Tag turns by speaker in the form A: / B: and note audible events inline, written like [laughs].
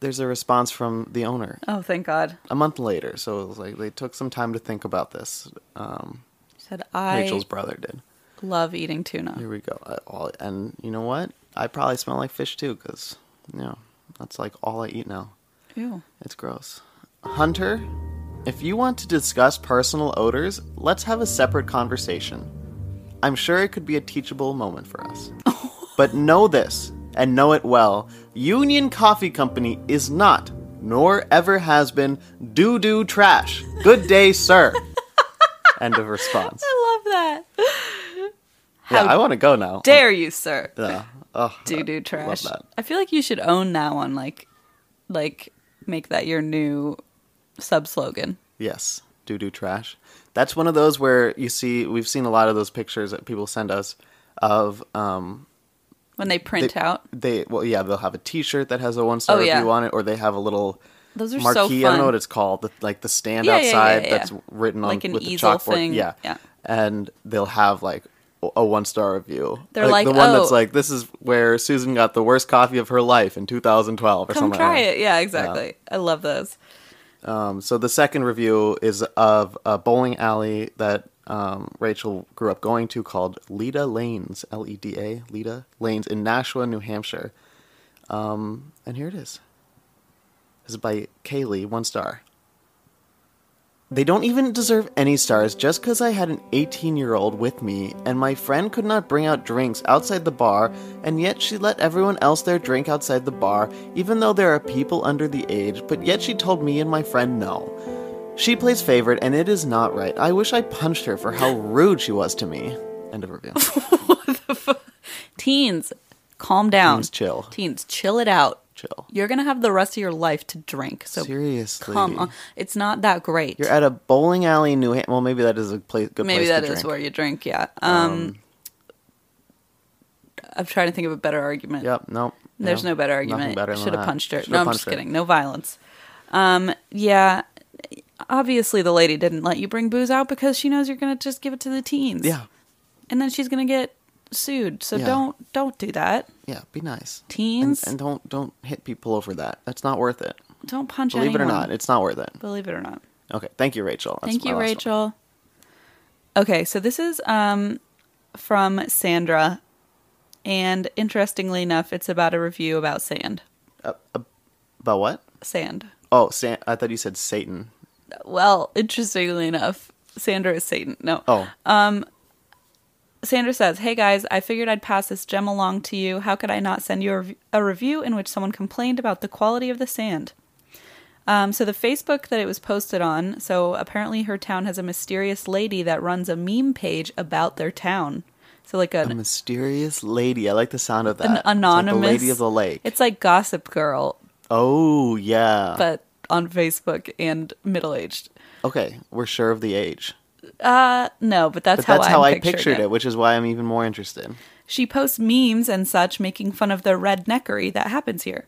A: there's a response from the owner
B: Oh, thank God.
A: a month later. So it was like they took some time to think about this. Um,
B: She said, I
A: Rachel's brother did.
B: love eating tuna.
A: Here we go. I, all, and you know what? I probably smell like fish too, because you know that's like all I eat now.
B: Ew.
A: It's gross. Hunter, if you want to discuss personal odors, let's have a separate conversation. I'm sure it could be a teachable moment for
B: [laughs]
A: us. but know this, and know it well Union Coffee Company is not, nor ever has been, doo doo trash. Good day,
B: [laughs]
A: sir. End of response.
B: I love that.
A: Yeah, I want to go now.
B: Dare you, sir?
A: Yeah. Ugh.
B: Doo doo trash.
A: that.
B: I feel like you should own that one. Like, like make that your new sub slogan.
A: Yes, doo doo trash. That's one of those where you see we've seen a lot of those pictures that people send us of um
B: When they print out,
A: they well yeah they'll have a T-shirt that has a one star
B: Oh, yeah.
A: review on it or they have a little
B: those are so
A: marquee
B: fun.
A: I don't know what it's called the, like the stand
B: Yeah, yeah, yeah,
A: outside
B: yeah,
A: that's
B: yeah.
A: written on
B: Like an
A: with the
B: easel
A: chalkboard
B: thing.
A: yeah
B: Yeah.
A: and they'll have like a- a one star review
B: They're
A: the
B: like,
A: one that's
B: "Oh."
A: like this is where Susan got the worst coffee of her life in 2012 or
B: Come
A: something
B: try
A: like that.
B: it. Yeah, exactly. I love those.
A: Um, So the second review is of a bowling alley that um, Rachel grew up going to called Leda Lanes, L E D A, Leda Lanes in Nashua, New Hampshire. Um, and here it is. This is by Kaylee, one star. They don't even deserve any stars just because I had an 18 year old with me, and my friend could not bring out drinks outside the bar, and yet she let everyone else there drink outside the bar, even though there are people under the age, but yet she told me and my friend no. She plays favorite, and it is not right. I wish I punched her for how rude she was to me. End of
B: [laughs]
A: review.
B: Teens, calm down.
A: Teens chill.
B: Teens, chill it out.
A: Chill.
B: You're gonna have the rest of your life to drink. So
A: Seriously.
B: come on. It's not that great.
A: You're at a bowling alley in New Hampshire. Well, maybe that is a place, good
B: Maybe
A: place
B: that
A: to
B: is
A: drink.
B: where you drink. Yeah. Um, I'm trying to think of a better argument.
A: Yep, nope.
B: There's
A: Yeah,
B: no better
A: nothing
B: argument.
A: better than
B: Should have
A: that.
B: punched her.
A: Shoulda
B: no, I'm
A: punched
B: just
A: her.
B: kidding. No violence. Um, yeah. Obviously, the lady didn't let you bring booze out because she knows you're gonna just give it to the teens.
A: Yeah,
B: And then she's gonna get sued. So
A: Yeah.
B: don't don't do that.
A: yeah. Be nice.
B: Teens.
A: and, and don't don't hit people over that. That's not worth it.
B: Don't punch
A: Believe it or
B: anyone.
A: not, it's not worth it.
B: Believe it or not.
A: Okay, thank you, Rachel. That's
B: Thank
A: my
B: you,
A: last one.
B: Rachel. Okay, so this is um, from Sandra, and interestingly enough, it's about a review about sand.
A: About what?
B: Sand.
A: Oh, San- I thought you said Satan.
B: Well, interestingly enough, Sandra is Satan. No.
A: Oh,
B: Uh, Sandra says, Hey guys, I figured I'd pass this gem along to you. How could I not send you a, rev- a review in which someone complained about the quality of the sand? Um, so, the Facebook that it was posted on, so apparently her town has a mysterious lady that runs a meme page about their town. So, like
A: a
B: an,
A: mysterious lady. I like the sound of that.
B: an
A: It's like
B: anonymous.
A: the lady of the lake.
B: It's like Gossip Girl,
A: oh yeah.
B: but on Facebook and middle aged.
A: okay, we're sure of the age,
B: Uh, no, but that's
A: but
B: how
A: that's
B: I'm
A: how I
B: picturing
A: pictured it. which is why I'm even more interested.
B: She posts memes and such making fun of the redneckery that happens here.